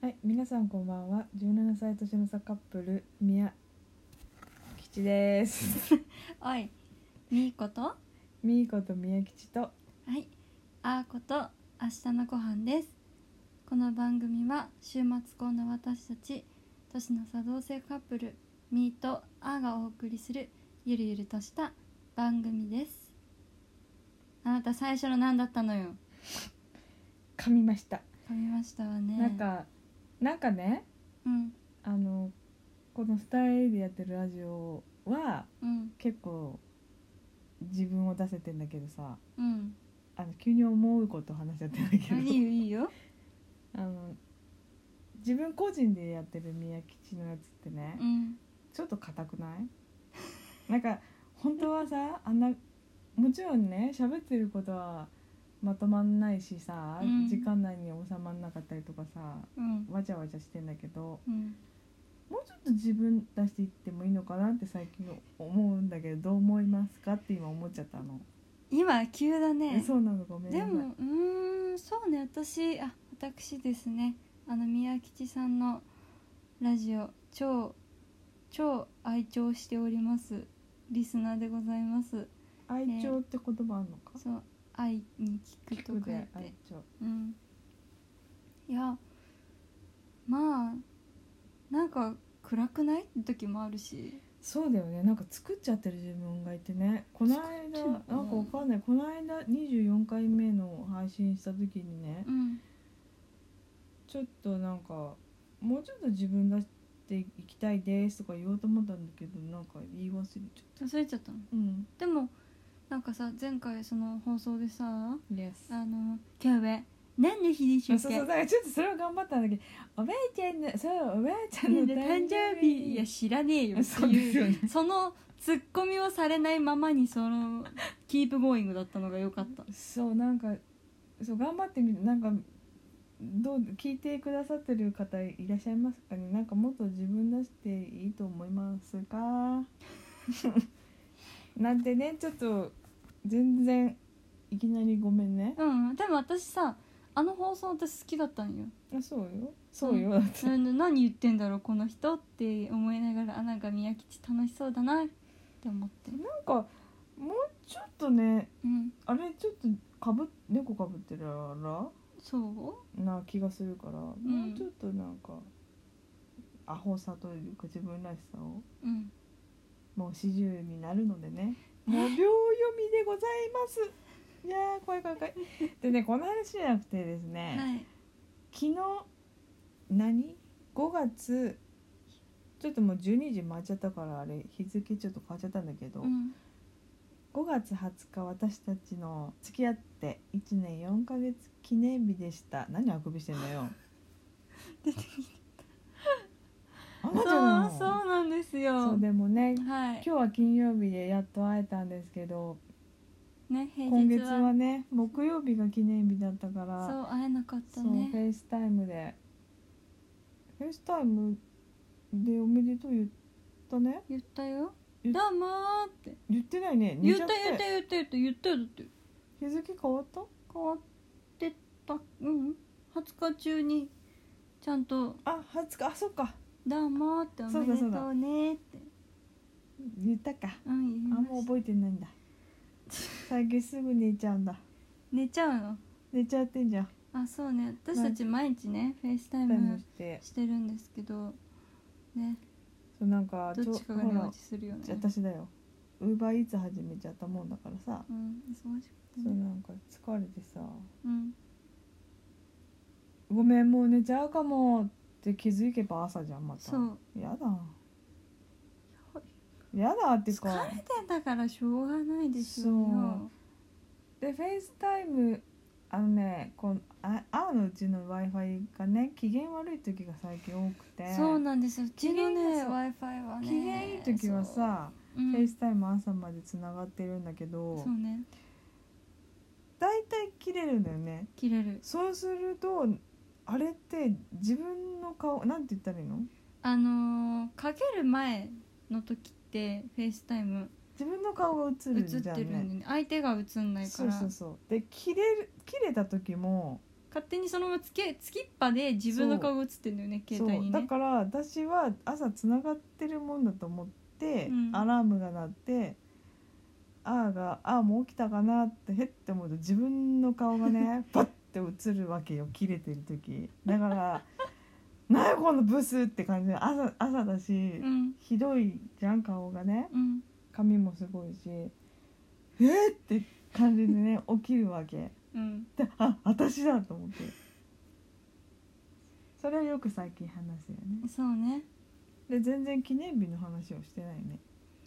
はい、皆さんこんばんは。17歳年の差カップル宮吉です。おいみーことはみーこと宮吉といあーこと明日のご飯ですこの番組は週末婚の私たち年の差同性カップルみーとあーがお送りするゆるゆるとした番組ですあなた最初の何だったのよ噛みました。噛みましたわねなんかなんかね、うんあのこのスタイルでやってるラジオはうん結構自分を出せてんだけどさ、うんあの急に思うこと話しちゃってんだあけいいど、よいいよあの自分個人でやってる宮吉のやつってね。うんちょっと硬くない なんか本当はさあんなもちろんね喋ってることはまとまんないしさ、うん時間内に収まんなかったりとかさうんわちゃわちゃしてんだけどうんもうちょっと自分出していってもいいのかなって最近思うんだけどどう思いますかって今思っちゃったの、今急だねえそうなのごめんなでさいもうーんそうね私あ私ですねあの宮吉さんのラジオ超超愛聴しておりますリスナーでございます愛情って言葉あるのか、そう愛に聞くと聞く書でいて愛情うんいやまあなんか暗くないって時もあるしそうだよねなんか作っちゃってる自分がいてねこの作っ間てんのかななんかわかんないこの間24回目の配信した時にねうんちょっとなんかもうちょっと自分出していきたいですとか言おうと思ったんだけどなんか言い忘れちゃっ忘れちゃったのたうんでもなんかさ前回その放送でさですあの「キャベなんで秀そう秀そうだからちょっとそれを頑張ったんだけどおばあちゃんのそうおばあ ちゃんの誕生日いや知らねえよっ てそうですいようねそのツッコミをされないままにそのキープゴーイングだったのが良かったそうなんかそう頑張ってみるなんかどう聞いてくださってる方いらっしゃいますかねなんかもっと自分出していいと思いますか なんてねちょっと全然いきなりごめんねうんでも私さあの放送私好きだったんよあそうよそうよ、だってあの何言ってんだろうこの人って思いながらあなんか宮吉楽しそうだなって思ってなんかもうちょっとねうんあれちょっとかぶ猫かぶってるらそうな気がするから、んもうちょっとなんかアホさというか自分らしさをうんもう四十になるのでね。もう秒読みでございます。いやー怖い怖い怖い。でねこの話じゃなくてですはね。い昨日何5月ちょっともう12時回っちゃったからあれ日付ちょっと変わっちゃったんだけど、うん5月20日私たちの付き合って1年4ヶ月記念日でした何あくびしてんだよ 出てきあたなそうたなのそうなんですそようでもねはい今日は金曜日でやっと会えたんですけどね平今日月ははね木曜日が記念日だったからそう会えなかったそうねフェイスタイムでフェイスタイムでおめでとう言ったね言ったよ「言どうっも」って言ってないね言寝っちゃた言った言った言った言ったよだって日付変わった変わってたうん20日中にちゃんとあ二十日あそっか「どうも」って「おそめうだでそうだとうね」って言ったかうん言いあまもうした覚えてないんだ最近すぐ寝ちゃうんだ寝ちゃうの寝ちゃってんじゃんあそうね私たち毎日ねフェイスタイタイムムしてしてるんですけどねそうなんかどっちかがほ寝ら落ちするよね私だよウーバーイーツ始めちゃったもんだからさ、うん忙しくてそうねなんか疲れてさうん「ごめんもう寝ちゃうかも」って気づけば朝じゃんまたそうやだやだっていうか疲れてんだからしょうがないですよでフェイスタイムあのねこのああーのうちの w i f i がね機嫌悪い時が最近多くてそうなんですようちのね機嫌が w そう i f i はね機嫌いい時はそうさ、うんフェイスタイム朝までつながってるんだけどそうね大体切れるんだよね切れるそうするとあれって自分の顔なんて言ったらいいのあのーかける前の時ってフェイスタイム自分の顔が映映っるてじるゃんんで、ねね相手が映んないかそうらそうそうで切れる切れた時も勝手にそのままつけつきっぱで自分の顔が映ってるのよね携帯にそうねだから私は朝つながってるもんだと思って、うんアラームが鳴って「あーが「あーもう起きたかな」ってへって思うと自分の顔がね パッて映るわけよ切れてる時だから 「なんやこのブス!」って感じで朝朝だし、うんひどいじゃん顔がねうん髪もすごいし「えっ!」って感じでね起きるわけうんであ私だと思ってそれはよく最近話すよねそうねで全然記念日の話をしてないね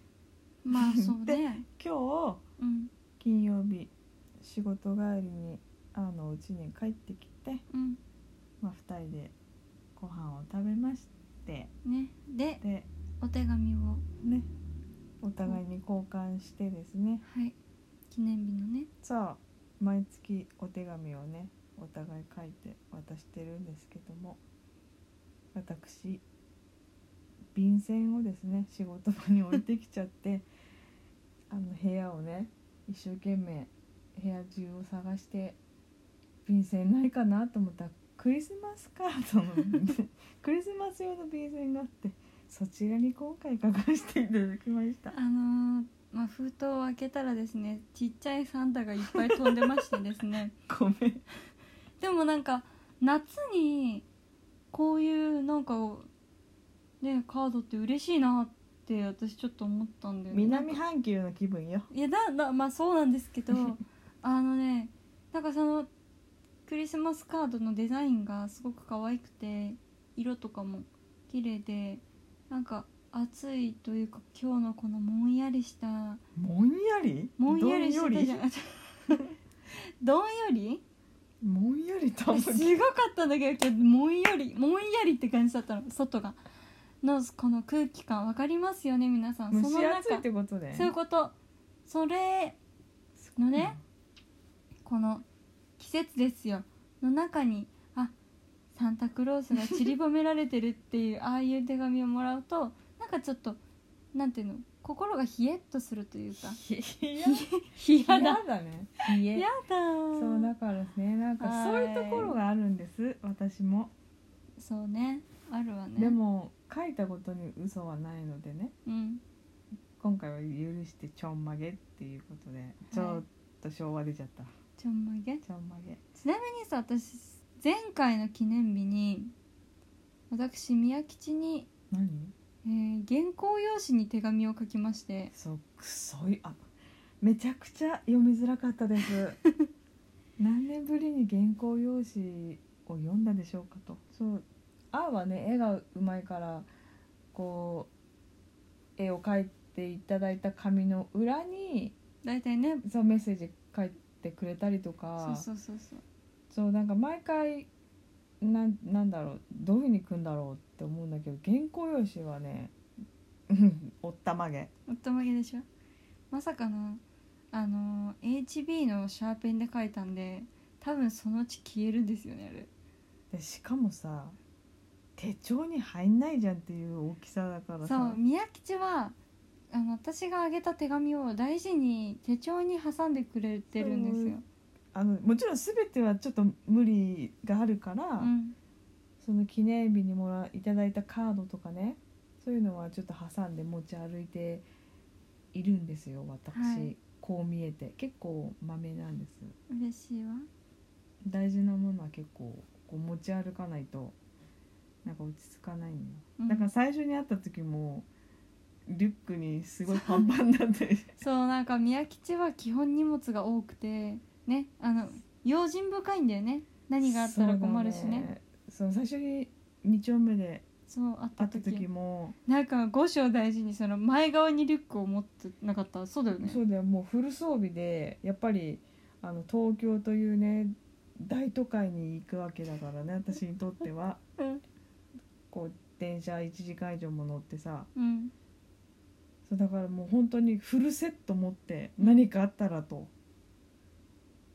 まあそうね今日うん金曜日仕事帰りにあのうちに帰ってきて、うんまあ、2人でご飯を食べましてねででお手紙をねお互いに交換してですねはい記念日のねさあ毎月お手紙をねお互い書いて渡してるんですけども私便箋をですね仕事場に置いてきちゃって あの部屋をね一生懸命部屋中を探して便箋ないかなと思ったらクリスマスカードの クリスマス用の便箋があってそちらに今回書かせていただきました。あのーまあ、封筒を開けたらですねちっちゃいサンタがいっぱい飛んでましてですねごめんでもなんか夏にこういうなんかねカードって嬉しいなって私ちょっと思ったんだよね南半球の気分よ。いやだだまあそうなんです けどあのねなんかそのクリスマスカードのデザインがすごく可愛くて色とかも綺麗でなんか暑いというか今日のこのもんやりしたもんやりもんやりしてたじゃどんよん どんよりりもんやりたぶ すごかったんだけど今日もんよりもんやりって感じだったの外がのこの空気感わかりますよね皆さん蒸そのし中暑いってことでそういうことそれ のねこの季節ですよの中にあサンタクロースが散りばめられてるっていう ああいう手紙をもらうとなんかちょっとなんていうの心がヒヤッとするというかひやヒ嫌だねひえやだそうだからねなんかそういうところがあるんです私もそうねあるわねでも書いたことに嘘はないのでねうん今回は許してちょんまげっていうことでちょっと昭和出ちゃったちょんまげちょんまげちなみにさ私前回の記念日に私宮吉に、何えー原稿用紙に手紙を書きましてそうくそいあめちゃくちゃ読みづらかったです 何年ぶりに原稿用紙を読んだでしょうかとそう「あ」はね絵がうまいからこう絵を描いていただいた紙の裏に大体ねそうメッセージ書いてくれたりとそうかそうそうそうそうなんか毎回なんなんだろうどういうふうに組んだろうって思うんだけど原稿用紙はね おったまげおったまげでしょまさかのあのー HB のシャーペンで書いたんで多分そのうち消えるんですよねあれでしかもさ手帳に入んないじゃんっていう大きさだからそさう宮吉はあの私があげた手紙を大事に手帳に挟んでくれてるんですよ、あのもちろん全てはちょっと無理があるから、うん、その記念日にもらいただいたカードとかねそういうのはちょっと挟んで持ち歩いているんですよ私、はいこう見えて結構まめなんです嬉しいわ大事なものは結構こう持ち歩かないとなんか落ち着かないんだ、うんだから最初に会った時もリュックにすごいパンパンだったりしてそうなんか宮吉は基本荷物が多くてねあの用心深いんだよね何があったら困るしそうだねねそう最初に2丁目でそうあっ会たった時時も、なんか五章大事にその前側にリュックを持ってなかったそうだよねそうだよもうフル装備でやっぱりあの東京というね大都会に行くわけだからね私にとって はうんこう電車1時間以上も乗ってさうんそうだからもう本当にフルセット持って何かあったらと、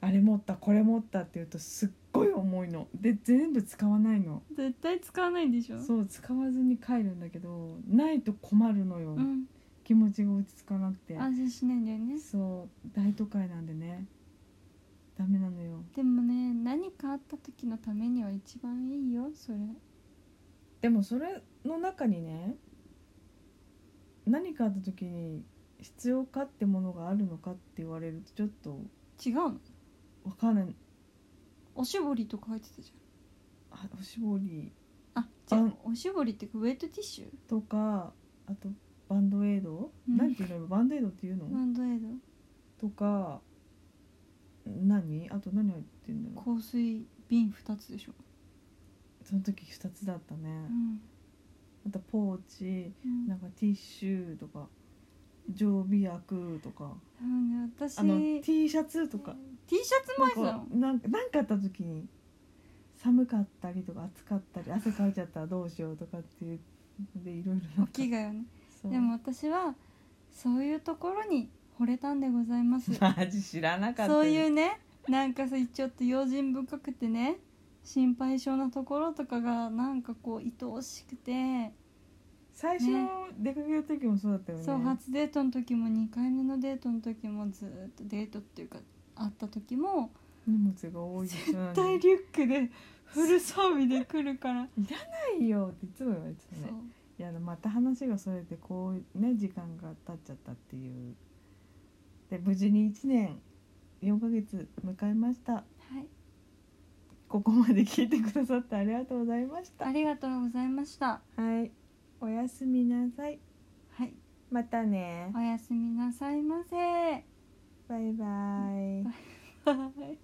あれ持ったこれ持ったって言うとすっごい重いので全部使わないの絶対使わないんでしょそう使わずに帰るんだけどないと困るのよ、うん気持ちが落ち着かなくて安心しないんだよねそう大都会なんでねダメなのよでもね何かあった時のためには一番いいよそれでもそれの中にね何かあった時に必要かってものがあるのかって言われるとちょっと違うの分かんないおしぼりとか入ってたじあおしぼりゃんあじゃああおしぼりっていうかウェットティッシュとかあとバンドエイド、うんなんていうのバンドエイドっていうの、バンドエイドとか何あと何入ってんだろ香水瓶2つでしょ、うその時2つだったね、うんあとポーチうんなんかティッシュとか常備薬とか多分ね私あの T シャツとか T シャツもなん入ってたのかなんかなんかあった時に寒かったりとか暑かったり汗かいちゃったらどうしようとかっていうのでいろいろなんか大きいがよねそうでも私はそういうところに惚れたんでございます マジ知らなかったそういううねなんかさちょっと用心深くてね心配性なところとかがなんかこう愛おしくて最初出かける時もそうだったよねそう初デートの時も2回目のデートの時もずっとデートっていうか会った時も荷物が多い絶絶対リュックでフル装備で来るからないよっていつも言われてたそうねいやまた話がそれてこうね時間が経っちゃったっていうで無事に1年4ヶ月迎えましたはいここまで聞いてくださってありがとうございましたありがとうございましたはいおやすみなさいはいまたねおやすみなさいませバイバイはい